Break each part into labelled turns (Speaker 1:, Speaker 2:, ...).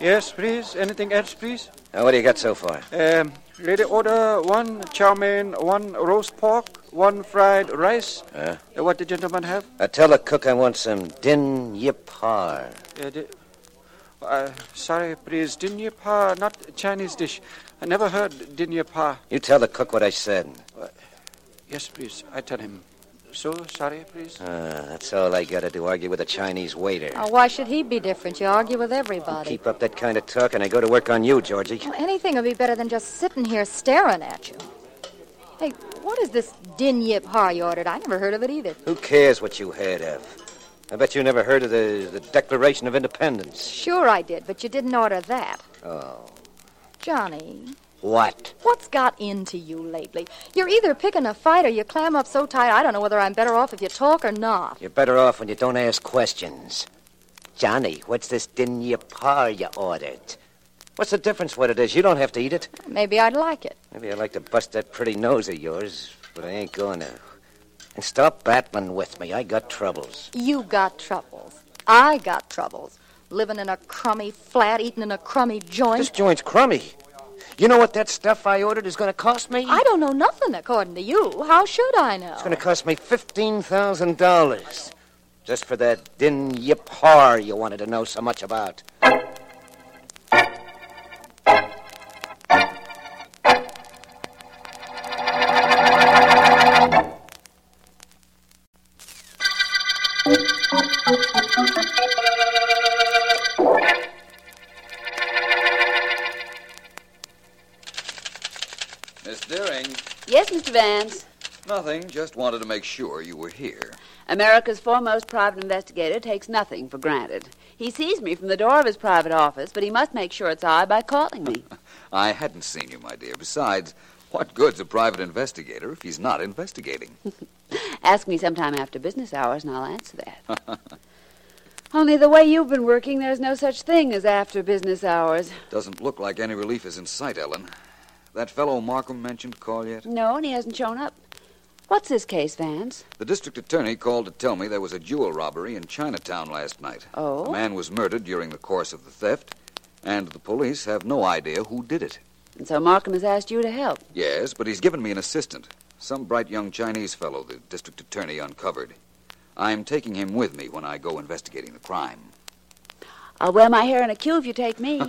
Speaker 1: Yes, please. Anything else, please?
Speaker 2: Now, what do you got so far?
Speaker 1: Um, lady order one chow mein, one roast pork, one fried rice.
Speaker 2: Huh?
Speaker 1: Uh, what the gentleman have?
Speaker 2: I tell the cook I want some din yapar.
Speaker 1: Uh, the- uh, sorry, please. Dinya pa, not Chinese dish. I never heard dinya pa.
Speaker 2: You tell the cook what I said.
Speaker 1: Yes, please. I tell him. So sorry, please.
Speaker 2: Ah, that's all I gotta do, argue with a Chinese waiter.
Speaker 3: Oh, why should he be different? You argue with everybody.
Speaker 2: Keep up that kind of talk, and I go to work on you, Georgie.
Speaker 3: Well, anything would be better than just sitting here staring at you. Hey, what is this din yip har you ordered? I never heard of it either.
Speaker 2: Who cares what you heard of? I bet you never heard of the, the Declaration of Independence.
Speaker 3: Sure I did, but you didn't order that.
Speaker 2: Oh.
Speaker 3: Johnny,
Speaker 2: What?
Speaker 3: what's got into you lately? You're either picking a fight or you clam up so tight I don't know whether I'm better off if you talk or not.
Speaker 2: You're better off when you don't ask questions. Johnny, what's this din yapar you ordered? What's the difference what it is? You don't have to eat it.
Speaker 3: Maybe I'd like it.
Speaker 2: Maybe I'd like to bust that pretty nose of yours, but I ain't gonna. And stop battling with me. I got troubles.
Speaker 3: You got troubles. I got troubles. Living in a crummy flat, eating in a crummy joint.
Speaker 2: This joint's crummy. You know what that stuff I ordered is gonna cost me?
Speaker 3: I don't know nothing according to you. How should I know?
Speaker 2: It's gonna cost me fifteen thousand dollars. Just for that din yip har you wanted to know so much about.
Speaker 4: Miss Deering,
Speaker 5: Yes, Mr. Vance.
Speaker 4: nothing. Just wanted to make sure you were here.
Speaker 5: America's foremost private investigator takes nothing for granted. He sees me from the door of his private office, but he must make sure it's I by calling me.
Speaker 4: I hadn't seen you, my dear. Besides, what good's a private investigator if he's not investigating?
Speaker 5: Ask me sometime after business hours, and I'll answer that. Only the way you've been working, there's no such thing as after business hours.
Speaker 4: Doesn't look like any relief is in sight, Ellen. That fellow Markham mentioned call yet?
Speaker 5: No, and he hasn't shown up. What's this case, Vance?
Speaker 4: The district attorney called to tell me there was a jewel robbery in Chinatown last night.
Speaker 5: Oh?
Speaker 4: A man was murdered during the course of the theft, and the police have no idea who did it.
Speaker 5: And so Markham has asked you to help.
Speaker 4: Yes, but he's given me an assistant. Some bright young Chinese fellow the district attorney uncovered. I'm taking him with me when I go investigating the crime.
Speaker 5: I'll wear my hair in a queue if you take me.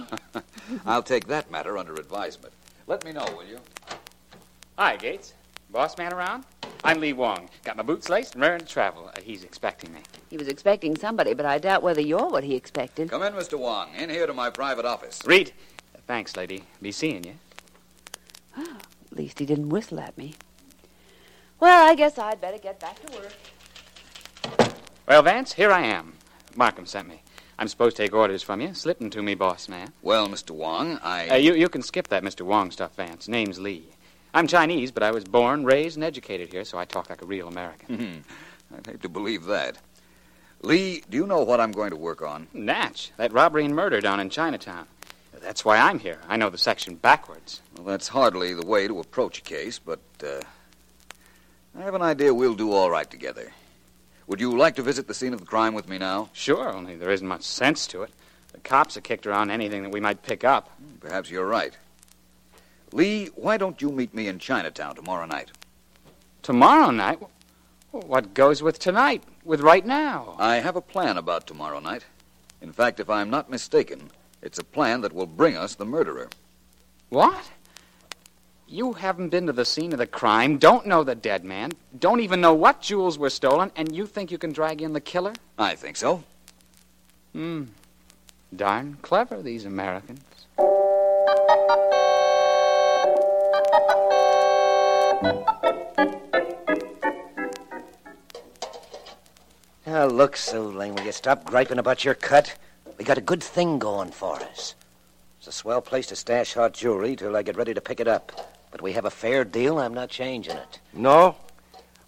Speaker 4: I'll take that matter under advisement. Let me know, will you?
Speaker 6: Hi, Gates. Boss man around? I'm Lee Wong. Got my boots laced and raring to travel. Uh, he's expecting me.
Speaker 5: he was expecting somebody, but I doubt whether you're what he expected.
Speaker 4: Come in, Mr. Wong. In here to my private office.
Speaker 6: Reed. uh, Thanks, lady. Be seeing you.
Speaker 5: At least he didn't whistle at me. Well, I guess I'd better get back to work.
Speaker 6: Well, Vance, here I am. Markham sent me. I'm supposed to take orders from you. Slip 'em to me, boss man.
Speaker 4: Well, Mr. Wong, I.
Speaker 6: Uh, you, you can skip that Mr. Wong stuff, Vance. Name's Lee. I'm Chinese, but I was born, raised, and educated here, so I talk like a real American.
Speaker 4: I'd hate to believe that. Lee, do you know what I'm going to work on?
Speaker 6: Natch, that robbery and murder down in Chinatown. That's why I'm here. I know the section backwards.
Speaker 4: Well, that's hardly the way to approach a case, but uh, I have an idea we'll do all right together. Would you like to visit the scene of the crime with me now?
Speaker 6: Sure, only there isn't much sense to it. The cops have kicked around anything that we might pick up.
Speaker 4: Perhaps you're right. Lee, why don't you meet me in Chinatown tomorrow night?
Speaker 6: Tomorrow night? Wh- What goes with tonight? With right now?
Speaker 4: I have a plan about tomorrow night. In fact, if I'm not mistaken, it's a plan that will bring us the murderer.
Speaker 6: What? You haven't been to the scene of the crime, don't know the dead man, don't even know what jewels were stolen, and you think you can drag in the killer?
Speaker 4: I think so.
Speaker 6: Hmm. Darn clever, these Americans.
Speaker 2: Now, look, Sue Lane, will you stop griping about your cut? We got a good thing going for us. It's a swell place to stash hot jewelry till I get ready to pick it up. But we have a fair deal. I'm not changing it.
Speaker 7: No?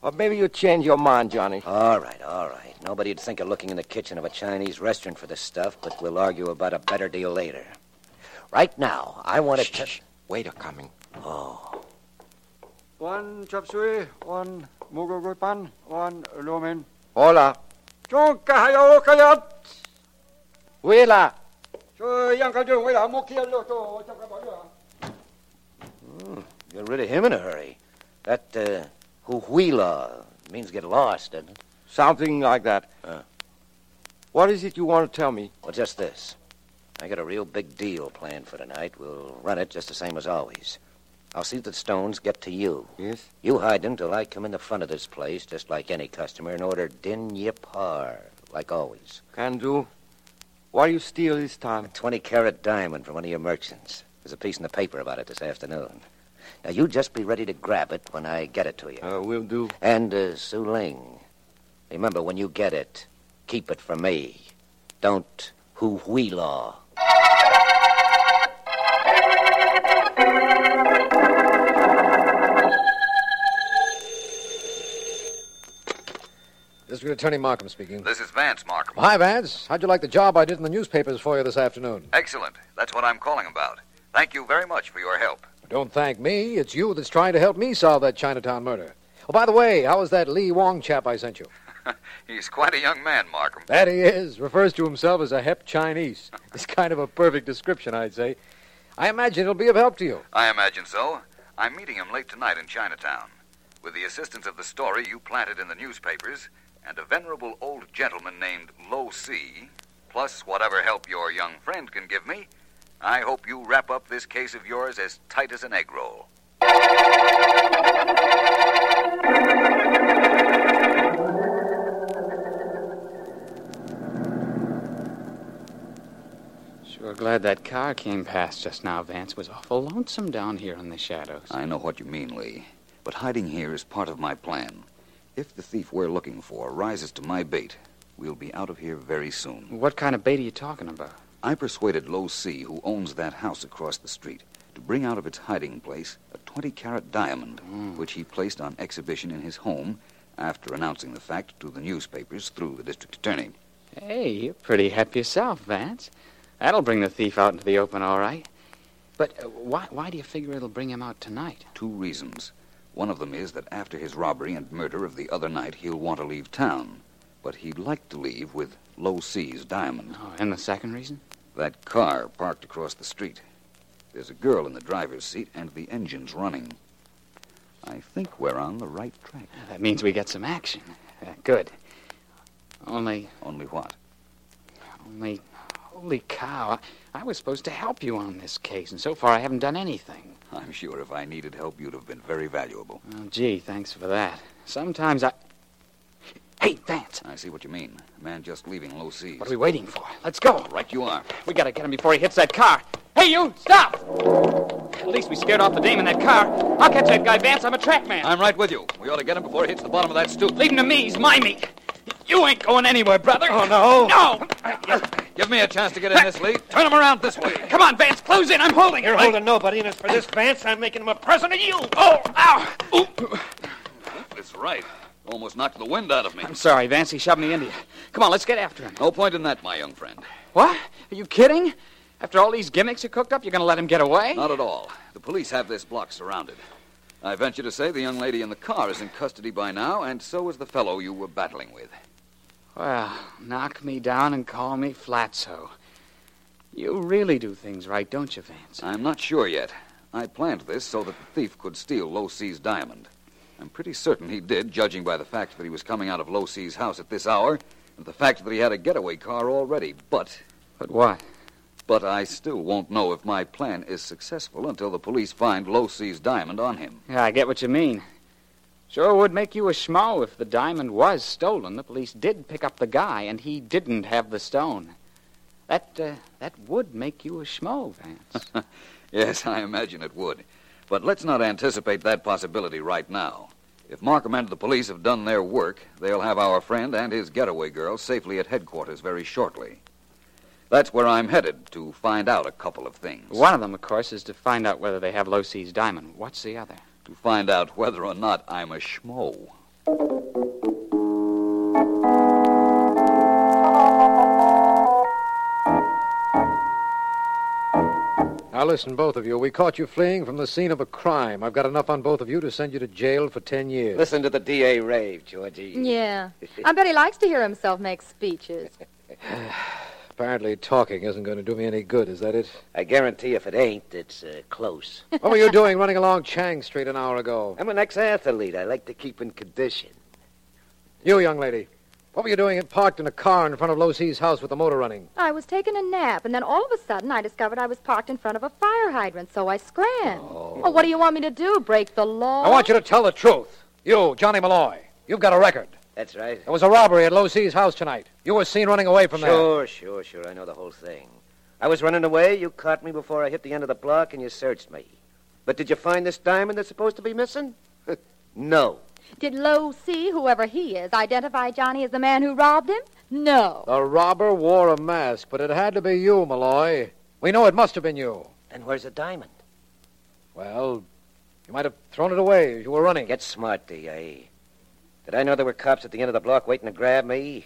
Speaker 7: Or maybe you change your mind, Johnny.
Speaker 2: All right, all right. Nobody'd think of looking in the kitchen of a Chinese restaurant for this stuff, but we'll argue about a better deal later. Right now, I want to.
Speaker 7: Shh, shh. Waiter coming.
Speaker 1: One chop suey, one mugo gui pan, one lumen.
Speaker 7: Hola.
Speaker 1: Chung kahayo kayat.
Speaker 7: Huela.
Speaker 1: So yang kajo wei la mo kia lo to chop ka ba yo.
Speaker 2: Get rid of him in a hurry. That, uh, huhuila means get lost, doesn't it?
Speaker 7: Something like that.
Speaker 2: Uh.
Speaker 7: What is it you want to tell me?
Speaker 2: Well, just this. I got a real big deal planned for tonight. We'll run it just the same as always. I'll see that the stones get to you.
Speaker 7: Yes?
Speaker 2: You hide them till I come in the front of this place, just like any customer, and order din ye par, like always.
Speaker 7: Can do. Why you steal this
Speaker 2: A
Speaker 7: time?
Speaker 2: 20 carat diamond from one of your merchants. There's a piece in the paper about it this afternoon. Now, you just be ready to grab it when I get it to you.
Speaker 7: Uh, will do.
Speaker 2: And, uh, Su Ling, remember, when you get it, keep it for me. Don't hoo wee law.
Speaker 8: This is Attorney Markham speaking.
Speaker 4: This is Vance Markham.
Speaker 8: Hi, Vance. How'd you like the job I did in the newspapers for you this afternoon?
Speaker 4: Excellent. That's what I'm calling about. Thank you very much for your help.
Speaker 8: Don't thank me. It's you that's trying to help me solve that Chinatown murder. Oh, by the way, how is that Lee Wong chap I sent you?
Speaker 4: He's quite a young man, Markham.
Speaker 8: That he is. Refers to himself as a hep Chinese. It's kind of a perfect description, I'd say. I imagine it'll be of help to you.
Speaker 4: I imagine so. I'm meeting him late tonight in Chinatown. With the assistance of the story you planted in the newspapers and a venerable old gentleman named Lo C, plus whatever help your young friend can give me, I hope you wrap up this case of yours as tight as an egg roll.
Speaker 6: Sure glad that car came past just now, Vance. It was awful lonesome down here in the shadows.
Speaker 4: I know what you mean, Lee, but hiding here is part of my plan. If the thief we're looking for rises to my bait, we'll be out of here very soon.
Speaker 6: What kind of bait are you talking about?
Speaker 4: I persuaded Lo C, who owns that house across the street, to bring out of its hiding place a 20 carat diamond, which he placed on exhibition in his home after announcing the fact to the newspapers through the district attorney.
Speaker 6: Hey, you're pretty happy yourself, Vance. That'll bring the thief out into the open, all right. But uh, why, why do you figure it'll bring him out tonight?
Speaker 4: Two reasons. One of them is that after his robbery and murder of the other night, he'll want to leave town, but he'd like to leave with Lo C's diamond.
Speaker 6: Oh, and the second reason?
Speaker 4: That car parked across the street. There's a girl in the driver's seat, and the engine's running. I think we're on the right track.
Speaker 6: That means we get some action. Uh, good. Only,
Speaker 4: Only what?
Speaker 6: only, holy cow. I, I was supposed to help you on this case, and so far I haven't done anything.
Speaker 4: I'm sure if I needed help, you'd have been very valuable.
Speaker 6: Well, gee, thanks for that. Sometimes I. Hey, Vance!
Speaker 4: I see what you mean. A man just leaving low seas.
Speaker 6: What are we waiting for? Let's go!
Speaker 4: Right you are.
Speaker 6: We gotta get him before he hits that car. Hey, you! Stop! At least we scared off the dame in that car. I'll catch that guy, Vance. I'm a track man.
Speaker 4: I'm right with you. We ought to get him before he hits the bottom of that stoop.
Speaker 6: Leave him to me. He's my meat. You ain't going anywhere, brother. Oh, no. No!
Speaker 4: Give me a chance to get in this, Lee.
Speaker 6: Turn him around this way. Come on, Vance. Close in. I'm holding
Speaker 9: You're
Speaker 6: I-
Speaker 9: holding nobody, and as for this Vance, I'm making him a present of you.
Speaker 6: Oh, ow! Oop.
Speaker 4: That's right. Almost knocked the wind out of me.
Speaker 6: I'm sorry, Vance. He shoved me into you. Come on, let's get after him.
Speaker 4: No point in that, my young friend.
Speaker 6: What? Are you kidding? After all these gimmicks you cooked up, you're gonna let him get away?
Speaker 4: Not at all. The police have this block surrounded. I venture to say the young lady in the car is in custody by now, and so is the fellow you were battling with.
Speaker 6: Well, knock me down and call me Flatso. You really do things right, don't you, Vance?
Speaker 4: I'm not sure yet. I planned this so that the thief could steal Low C's diamond. I'm pretty certain he did, judging by the fact that he was coming out of Low C's house at this hour, and the fact that he had a getaway car already. But,
Speaker 6: But what?
Speaker 4: but I still won't know if my plan is successful until the police find Low C's diamond on him.
Speaker 6: Yeah, I get what you mean. Sure would make you a schmo if the diamond was stolen. The police did pick up the guy, and he didn't have the stone. That uh, that would make you a schmo, Vance.
Speaker 4: Yes, I imagine it would. But let's not anticipate that possibility right now. If Markham and the police have done their work, they'll have our friend and his getaway girl safely at headquarters very shortly. That's where I'm headed to find out a couple of things.
Speaker 6: One of them, of course, is to find out whether they have low C's diamond. What's the other?
Speaker 4: To find out whether or not I'm a schmo.
Speaker 8: Now listen, both of you. We caught you fleeing from the scene of a crime. I've got enough on both of you to send you to jail for ten years.
Speaker 2: Listen to the DA rave, Georgie.
Speaker 3: Yeah. I bet he likes to hear himself make speeches.
Speaker 8: Apparently, talking isn't going to do me any good. Is that it?
Speaker 2: I guarantee if it ain't, it's uh, close.
Speaker 8: What were you doing running along Chang Street an hour ago?
Speaker 2: I'm an ex-athlete. I like to keep in condition.
Speaker 8: You, young lady. What were you doing parked in a car in front of Losie's house with the motor running?
Speaker 3: I was taking a nap, and then all of a sudden I discovered I was parked in front of a fire hydrant, so I scrammed. Oh, what do you want me to do? Break the law?
Speaker 8: I want you to tell the truth. You, Johnny Malloy. You've got a record.
Speaker 2: That's right.
Speaker 8: There was a robbery at Losie's house tonight. You were seen running away from there.
Speaker 2: Sure, sure, sure. I know the whole thing. I was running away. You caught me before I hit the end of the block, and you searched me. But did you find this diamond that's supposed to be missing? no.
Speaker 3: Did Low C, whoever he is, identify Johnny as the man who robbed him? No.
Speaker 8: The robber wore a mask, but it had to be you, Malloy. We know it must have been you.
Speaker 2: Then where's the diamond?
Speaker 8: Well, you might have thrown it away as you were running.
Speaker 2: Get smart, DA. Did I know there were cops at the end of the block waiting to grab me?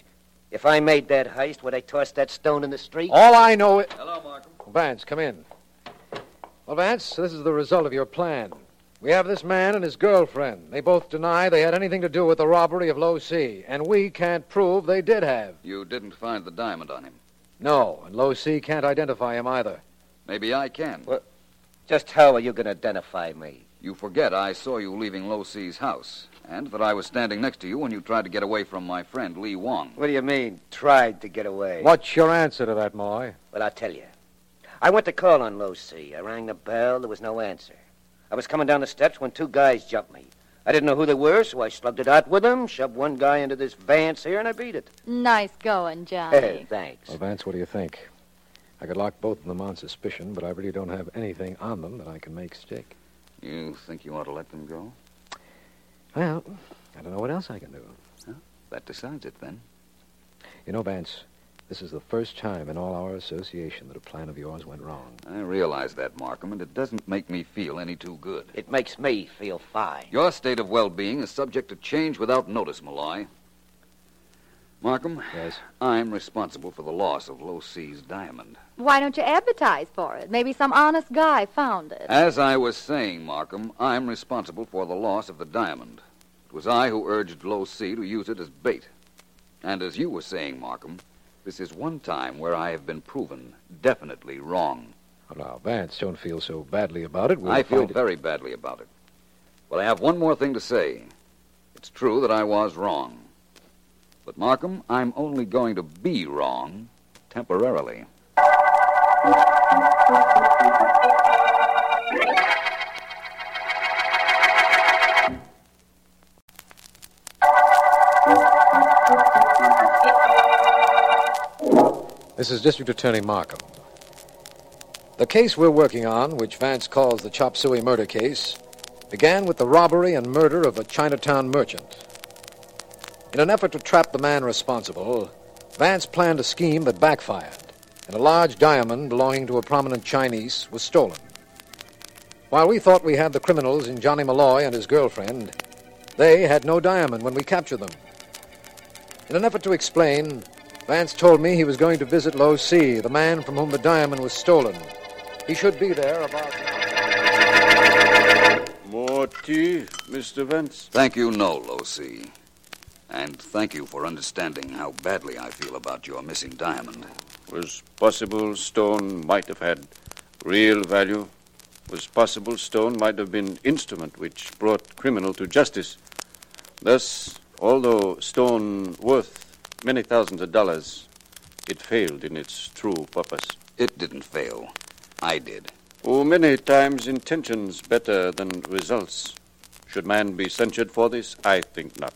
Speaker 2: If I made that heist, would I toss that stone in the street?
Speaker 8: All I know is.
Speaker 4: Hello, Markham.
Speaker 8: Vance, come in. Well, Vance, this is the result of your plan. We have this man and his girlfriend. They both deny they had anything to do with the robbery of Low C, and we can't prove they did have.
Speaker 4: You didn't find the diamond on him.
Speaker 8: No, and Low C can't identify him either.
Speaker 4: Maybe I can.
Speaker 2: What? Just how are you going to identify me?
Speaker 4: You forget I saw you leaving Low C's house, and that I was standing next to you when you tried to get away from my friend Lee Wong.
Speaker 2: What do you mean, tried to get away?
Speaker 8: What's your answer to that, Malloy?
Speaker 2: Well, I'll tell you. I went to call on Low C. I rang the bell. There was no answer. I was coming down the steps when two guys jumped me. I didn't know who they were, so I slugged it out with them, shoved one guy into this Vance here, and I beat it.
Speaker 3: Nice going,
Speaker 2: Hey,
Speaker 3: Johnny.
Speaker 2: thanks.
Speaker 8: Well, Vance, what do you think? I could lock both of them on suspicion, but I really don't have anything on them that I can make stick.
Speaker 4: You think you ought to let them go?
Speaker 8: Well, I don't know what else I can do.
Speaker 4: That decides it, then.
Speaker 8: You know, Vance, this is the first time in all our association that a plan of yours went wrong.
Speaker 4: I realize that, Markham, and it doesn't make me feel any too good.
Speaker 2: It makes me feel fine.
Speaker 4: Your state of well being is subject to change without notice, Malloy. Markham,
Speaker 8: Yes?
Speaker 4: I'm responsible for the loss of Low C's diamond.
Speaker 3: Why don't you advertise for it? Maybe some honest guy found it.
Speaker 4: As I was saying, Markham, I'm responsible for the loss of the diamond. It was I who urged Low C to use it as bait. And as you were saying, Markham, this is one time where I have been proven definitely wrong.
Speaker 8: Well, now, Vance, don't feel so badly about it. We'll
Speaker 4: I feel
Speaker 8: find it-
Speaker 4: very badly about it. Well, I have one more thing to say. It's true that I was wrong. But, Markham, I'm only going to be wrong temporarily.
Speaker 8: This is District Attorney Markham. The case we're working on, which Vance calls the Chop Suey murder case, began with the robbery and murder of a Chinatown merchant. In an effort to trap the man responsible, Vance planned a scheme that backfired, and a large diamond belonging to a prominent Chinese was stolen. While we thought we had the criminals in Johnny Malloy and his girlfriend, they had no diamond when we captured them. In an effort to explain, Vance told me he was going to visit Low C, the man from whom the diamond was stolen. He should be there about.
Speaker 1: More tea, Mr. Vance.
Speaker 4: Thank you, no, Low C. And thank you for understanding how badly I feel about your missing diamond.
Speaker 1: Was possible stone might have had real value. Was possible stone might have been instrument which brought criminal to justice. Thus, although stone worth many thousands of dollars, it failed in its true purpose.
Speaker 4: It didn't fail. I did.
Speaker 1: Oh, many times intentions better than results. Should man be censured for this? I think not.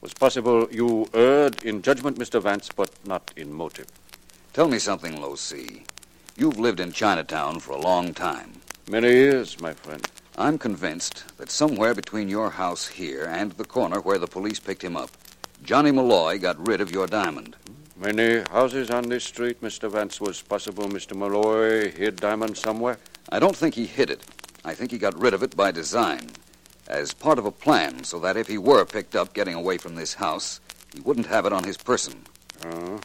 Speaker 1: Was possible you erred in judgment, Mr. Vance, but not in motive.
Speaker 4: Tell me something, Low C. You've lived in Chinatown for a long time.
Speaker 1: Many years, my friend.
Speaker 4: I'm convinced that somewhere between your house here and the corner where the police picked him up, Johnny Malloy got rid of your diamond.
Speaker 1: Many houses on this street, Mr. Vance. Was possible Mr. Malloy hid diamond somewhere?
Speaker 4: I don't think he hid it. I think he got rid of it by design, as part of a plan, so that if he were picked up getting away from this house, he wouldn't have it on his person.
Speaker 1: Oh.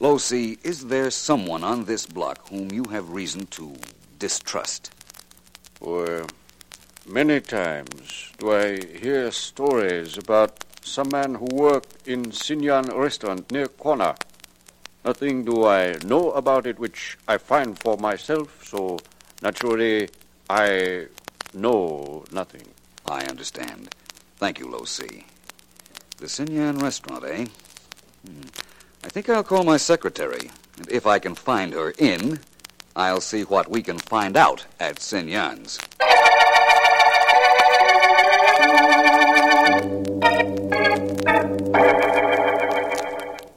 Speaker 4: Low C, is there someone on this block whom you have reason to distrust?
Speaker 1: Well, many times do I hear stories about some man who worked in Sinyan restaurant near Kona. Nothing do I know about it which I find for myself, so naturally I know nothing.
Speaker 4: I understand. Thank you, Low C. The Sinyan restaurant, eh? Hmm. I think I'll call my secretary, and if I can find her in, I'll see what we can find out at Sinyan's.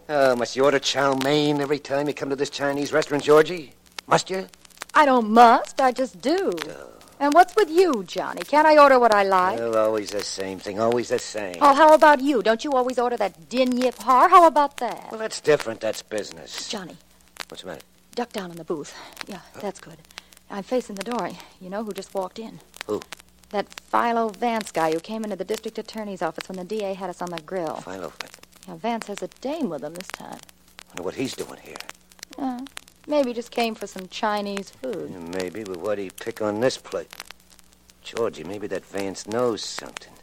Speaker 2: Oh, must you order chow mein every time you come to this Chinese restaurant, Georgie? Must you?
Speaker 3: I don't must, I just do. And what's with you, Johnny? Can't I order what I like?
Speaker 2: Well, Oh, always the same thing, always the same.
Speaker 3: Oh, how about you? Don't you always order that din yip har? How about that?
Speaker 2: Well, that's different. That's business.
Speaker 3: Johnny,
Speaker 2: What's the matter?
Speaker 3: duck down in the booth. Yeah, that's good. I'm facing the door. You know who just walked in?
Speaker 2: Who?
Speaker 3: That Philo Vance guy who came into the district attorney's office when the DA had us on the grill.
Speaker 2: Philo, I
Speaker 3: Now, Vance has a dame with him this time.
Speaker 2: wonder what he's doing here.
Speaker 3: Uh, maybe just came for some Chinese food.
Speaker 2: Maybe, but what'd he pick on this plate? Georgie, maybe that Vance knows something.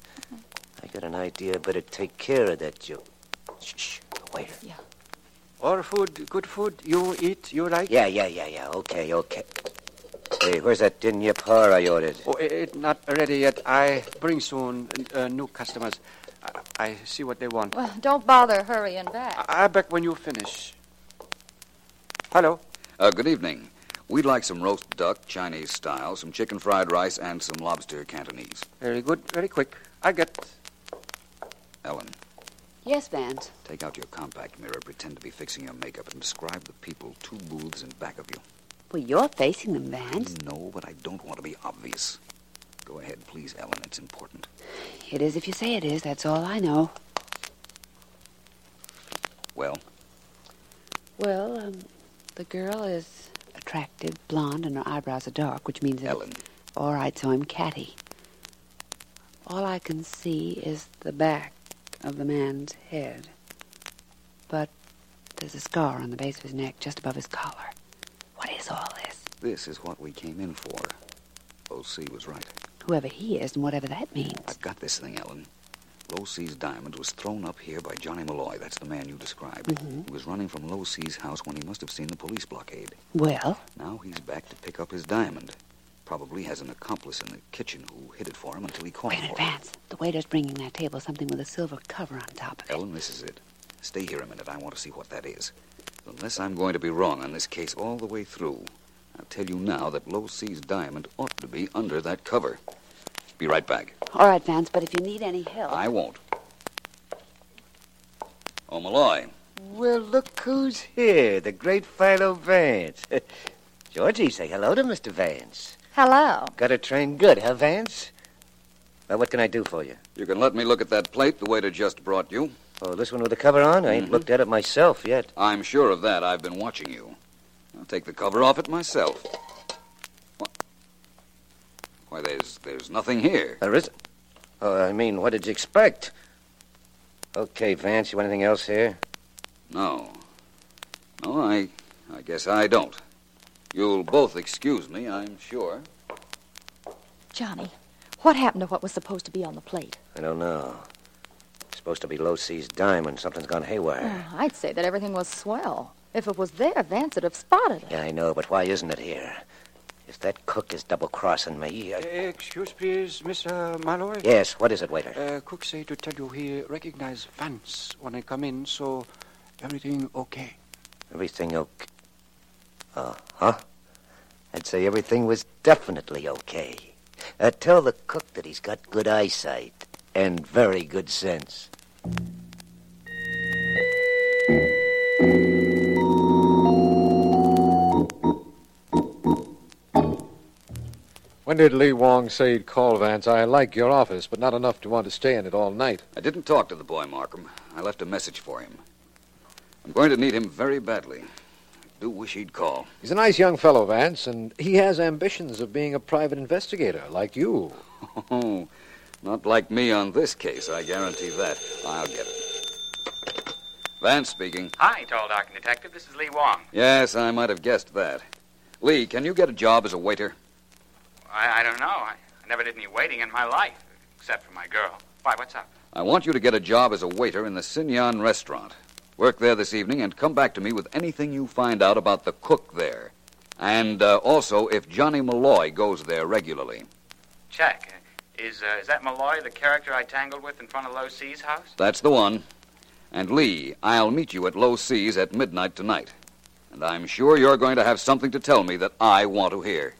Speaker 2: I got an idea. Better take care of that Joe. Shh, shh. the waiter.
Speaker 7: Or food, good food, you eat, you like?
Speaker 2: Yeah, yeah, yeah, yeah. Okay, okay. Hey, where's that din yip har I ordered?
Speaker 7: Oh, it, it not ready yet. I bring soon uh, new customers. I, I see what they want.
Speaker 3: Well, don't bother hurrying back.
Speaker 7: I, I back when you finish. Hello.
Speaker 4: Uh, good evening. We'd like some roast duck, Chinese style, some chicken fried rice, and some lobster Cantonese.
Speaker 7: Very good. Very quick. I get.
Speaker 4: Ellen,
Speaker 5: Yes, Vance.
Speaker 4: take out your compact mirror, pretend to be fixing your makeup, and describe the people two booths in back of you.
Speaker 5: Well, you're facing them, Vance.
Speaker 4: No, but I don't want to be obvious. Go ahead, please, Ellen. It's important.
Speaker 5: It is if you say it is. That's all I know.
Speaker 4: Well,
Speaker 5: Well, um, the girl is attractive, blonde, and her eyebrows are dark, which means that
Speaker 4: Ellen,
Speaker 5: All right, so I'm catty. All I can see is the back of the man's head. But there's a scar on the base of his neck, just above his collar. What is all this?
Speaker 4: this is what we came in for. OC was right.
Speaker 5: Whoever he is and whatever that
Speaker 4: I've
Speaker 5: means.
Speaker 4: got this thing, Ellen. Low C's diamond was thrown up here by Johnny Malloy. That's the man you described.
Speaker 5: Mhm.
Speaker 4: He was running from Low C's house when he must have seen the police blockade.
Speaker 5: Well,
Speaker 4: Now he's back to pick up his diamond. Probably has an accomplice in the kitchen who hid it for him until he called
Speaker 5: wait in
Speaker 4: for it.
Speaker 5: advance. The waiter's bringing that table something with a silver cover on top of it.
Speaker 4: Ellen, this is it. Stay here a minute. I want to see what that is. Unless I'm going to be wrong on this case all the way through, I'll tell you now that Low C's diamond ought to be under that cover. Be right back.
Speaker 5: All right, Vance, but if you need any help.
Speaker 4: I won't. Oh, Malloy.
Speaker 2: Well, look who's here, the great Philo Vance. Georgie, say hello to Mr. Vance.
Speaker 3: Hello.
Speaker 2: Got a train good, huh, Vance? Well, what can I do for you?
Speaker 4: You can let me look at that plate the waiter just brought you.
Speaker 2: Oh, this one with the cover on? I ain't looked at it myself yet.
Speaker 4: I'm sure of that. I've been watching you. I'll take the cover off it myself. What? Why, there's there's nothing here.
Speaker 2: There is. Oh, I mean, what did you expect? Okay, Vance, you want anything else here?
Speaker 4: No. No, I I guess I don't. You'll both excuse me, I'm sure.
Speaker 3: Johnny, what happened to what was supposed to be on the plate?
Speaker 2: I don't know. It's supposed to be low seas diamond. Something's gone haywire.
Speaker 3: Oh, I'd say that everything was swell. If it was there, Vance would have spotted it.
Speaker 2: Yeah, I know, but why isn't it here? If that cook is double crossing me. I...
Speaker 7: Uh, Excuse, please, Mr. Malloy.
Speaker 2: Yes, what is it, waiter?
Speaker 7: Uh, cook say to tell you he recognize Vance when I come in, so everything okay.
Speaker 2: Everything okay? Oh, huh? I'd say everything was definitely okay. Uh, tell the cook that he's got good eyesight and very good sense.
Speaker 8: When did Lee Wong say he'd call Vance? I like your office, but not enough to want to stay in it all night.
Speaker 4: I didn't talk to the boy, Markham. I left a message for him. I'm going to need him very badly. I do wish he'd call.
Speaker 8: He's a nice young fellow, Vance, and he has ambitions of being a private investigator like you.
Speaker 4: Oh, not like me on this case, I guarantee that. I'll get it. Vance speaking.
Speaker 10: Hi, Tall Dark Detective. This is Lee Wong.
Speaker 4: Yes, I might have guessed that. Lee, can you get a job as a waiter?
Speaker 10: I, I don't know. I, I never did any waiting in my life, except for my girl. Why, what's up?
Speaker 4: I want you to get a job as a waiter in the Sinyan restaurant. Work there this evening and come back to me with anything you find out about the cook there. And uh, also if Johnny Malloy goes there regularly.
Speaker 10: Check. Is, uh, is that Malloy the character I tangled with in front of Low C's house?
Speaker 4: That's the one. And Lee, I'll meet you at Low Seas at midnight tonight. And I'm sure you're going to have something to tell me that I want to hear.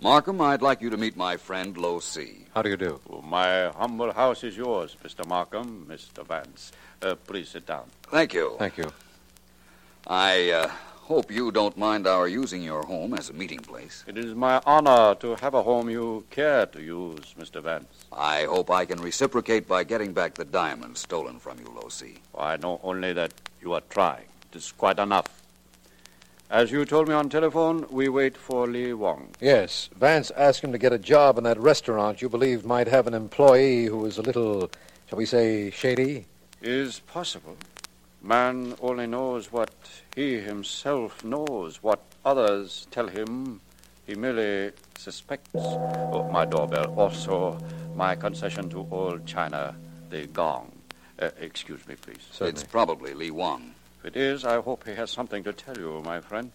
Speaker 4: Markham, I'd like you to meet my friend Low C.
Speaker 8: How do you do?
Speaker 1: My humble house is yours, Mr. Markham, Mr. Vance. Uh, please sit down.
Speaker 4: Thank you.
Speaker 8: Thank you.
Speaker 4: I uh, hope you don't mind our using your home as a meeting place.
Speaker 1: It is my honor to have a home you care to use, Mr. Vance.
Speaker 4: I hope I can reciprocate by getting back the diamonds stolen from you, Low C.
Speaker 1: I know only that you are trying. It is quite enough. As you told me on telephone, we wait for Lee Wong.
Speaker 8: Yes, Vance asked him to get a job in that restaurant you believed might have an employee who was a little, shall we say, shady?
Speaker 1: Is possible. Man only knows what he himself knows, what others tell him. He merely suspects. Oh, my doorbell. Also, my concession to all China, the gong. Uh, excuse me, please.
Speaker 4: It's probably Lee Wong.
Speaker 1: If it is, I hope he has something to tell you, my friend.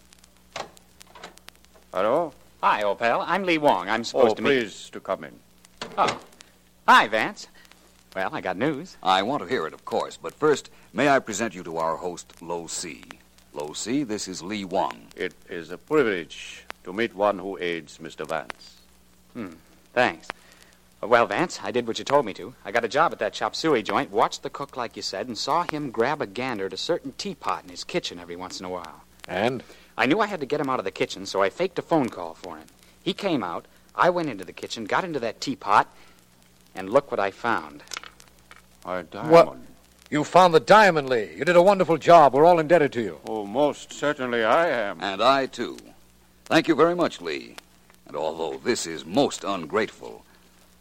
Speaker 1: Hello?
Speaker 6: Hi, old pal. I'm Lee Wong. I'm supposed
Speaker 1: oh,
Speaker 6: to meet.
Speaker 1: please to come in.
Speaker 6: Hi, Vance. Well, I got news.
Speaker 4: I want to hear it, of course, but first, may I present you to our host, Lo C. Lo C, this is Lee Wong.
Speaker 1: It is a privilege to meet one who aids Mr. Vance.
Speaker 6: Thanks. Well, Vance, I did what you told me to. I got a job at that chop suey joint, watched the cook like you said, and saw him grab a gander at a certain teapot in his kitchen every once in a while.
Speaker 8: And?
Speaker 6: I knew I had to get him out of the kitchen, so I faked a phone call for him. He came out, I went into the kitchen, got into that teapot, and look what I found.
Speaker 1: Our diamond.
Speaker 8: What? You found the diamond, Lee. You did a wonderful job. We're all indebted to you.
Speaker 1: Oh, most certainly I am.
Speaker 4: And I, too. Thank you very much, Lee. And although this is most ungrateful,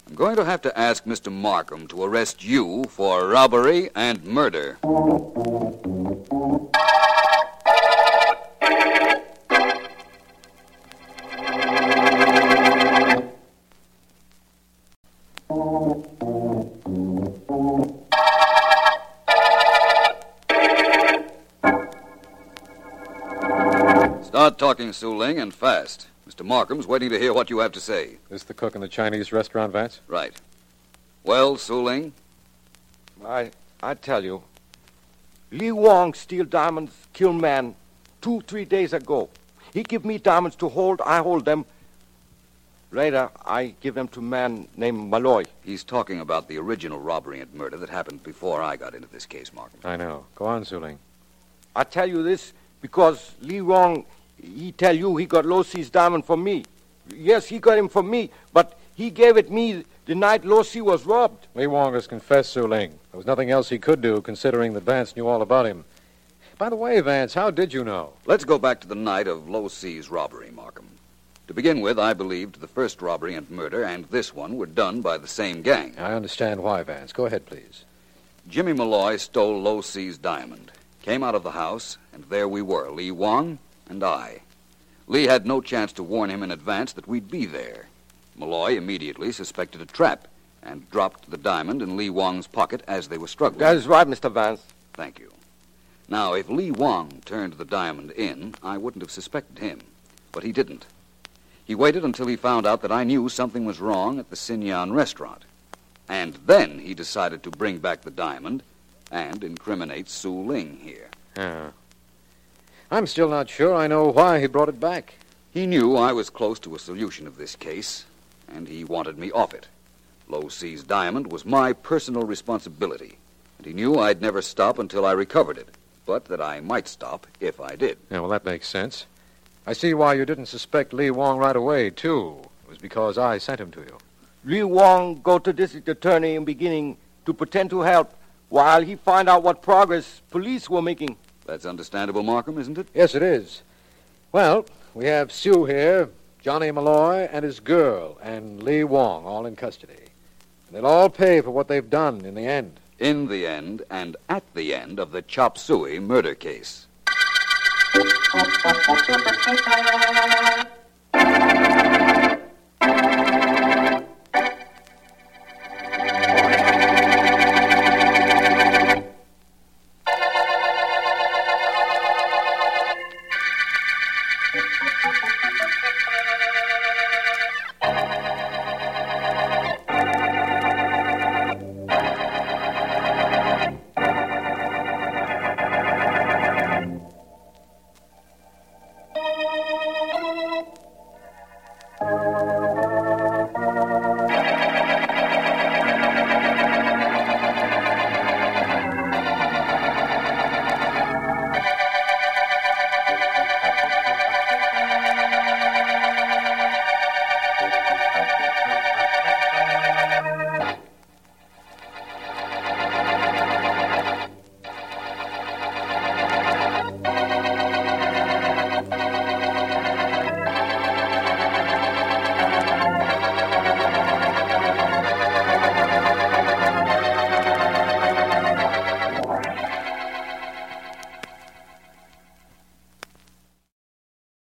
Speaker 4: I'm going to have to ask Mr. Markham to arrest you for robbery and murder. Start talking, Su Ling, and fast. Mr. Markham's waiting to hear what you have to say.
Speaker 8: This the cook in the Chinese restaurant, Vance?
Speaker 4: Right. Well, Su Ling,
Speaker 7: I, I tell you, Lee Wong steal diamonds, kill man, two, three days ago. He give me diamonds to hold, I hold them. Later, I give them to man named Malloy.
Speaker 4: He's talking about the original robbery and murder that happened before I got into this case, Markham.
Speaker 8: I know. Go on, Zuling.
Speaker 7: I tell you this because Lee Wong, he tell you he got Losi's diamond for me. Yes, he got him for me, but he gave it me the night Losi was robbed.
Speaker 8: Lee Wong has confessed Zuling. There was nothing else he could do, considering that Vance knew all about him. By the way, Vance, how did you know?
Speaker 4: Let's go back to the night of Low C's robbery, Markham. To begin with, I believed the first robbery and murder and this one were done by the same gang.
Speaker 8: I understand why, Vance. Go ahead, please.
Speaker 4: Jimmy Malloy stole Low C's diamond, came out of the house, and there we were, Lee Wong and I. Lee had no chance to warn him in advance that we'd be there. Malloy immediately suspected a trap and dropped the diamond in Lee Wong's pocket as they were struggling.
Speaker 7: That is right, Mr. Vance.
Speaker 4: Thank you. Now, if Lee Wong turned the diamond in, I wouldn't have suspected him. But he didn't. He waited until he found out that I knew something was wrong at the Sinyan restaurant. And then he decided to bring back the diamond and incriminate Su Ling here.
Speaker 8: Yeah. I'm still not sure I know why he brought it back.
Speaker 4: He knew I was close to a solution of this case, and he wanted me off it. Low C's diamond was my personal responsibility, and he knew I'd never stop until I recovered it, but that I might stop if I did.
Speaker 8: Yeah, well, that makes sense. I see why you didn't suspect Lee Wong right away, too. It was because I sent him to you.
Speaker 7: Li Wong go to district attorney in beginning to pretend to help while he find out what progress police were making.
Speaker 4: That's understandable, Markham, isn't it?
Speaker 8: Yes, it is. Well, we have Sue here, Johnny Malloy, and his girl, and Lee Wong, all in custody. And they'll all pay for what they've done in the end.
Speaker 4: In the end, and at the end of the Chop Suey murder case.
Speaker 11: Thank you.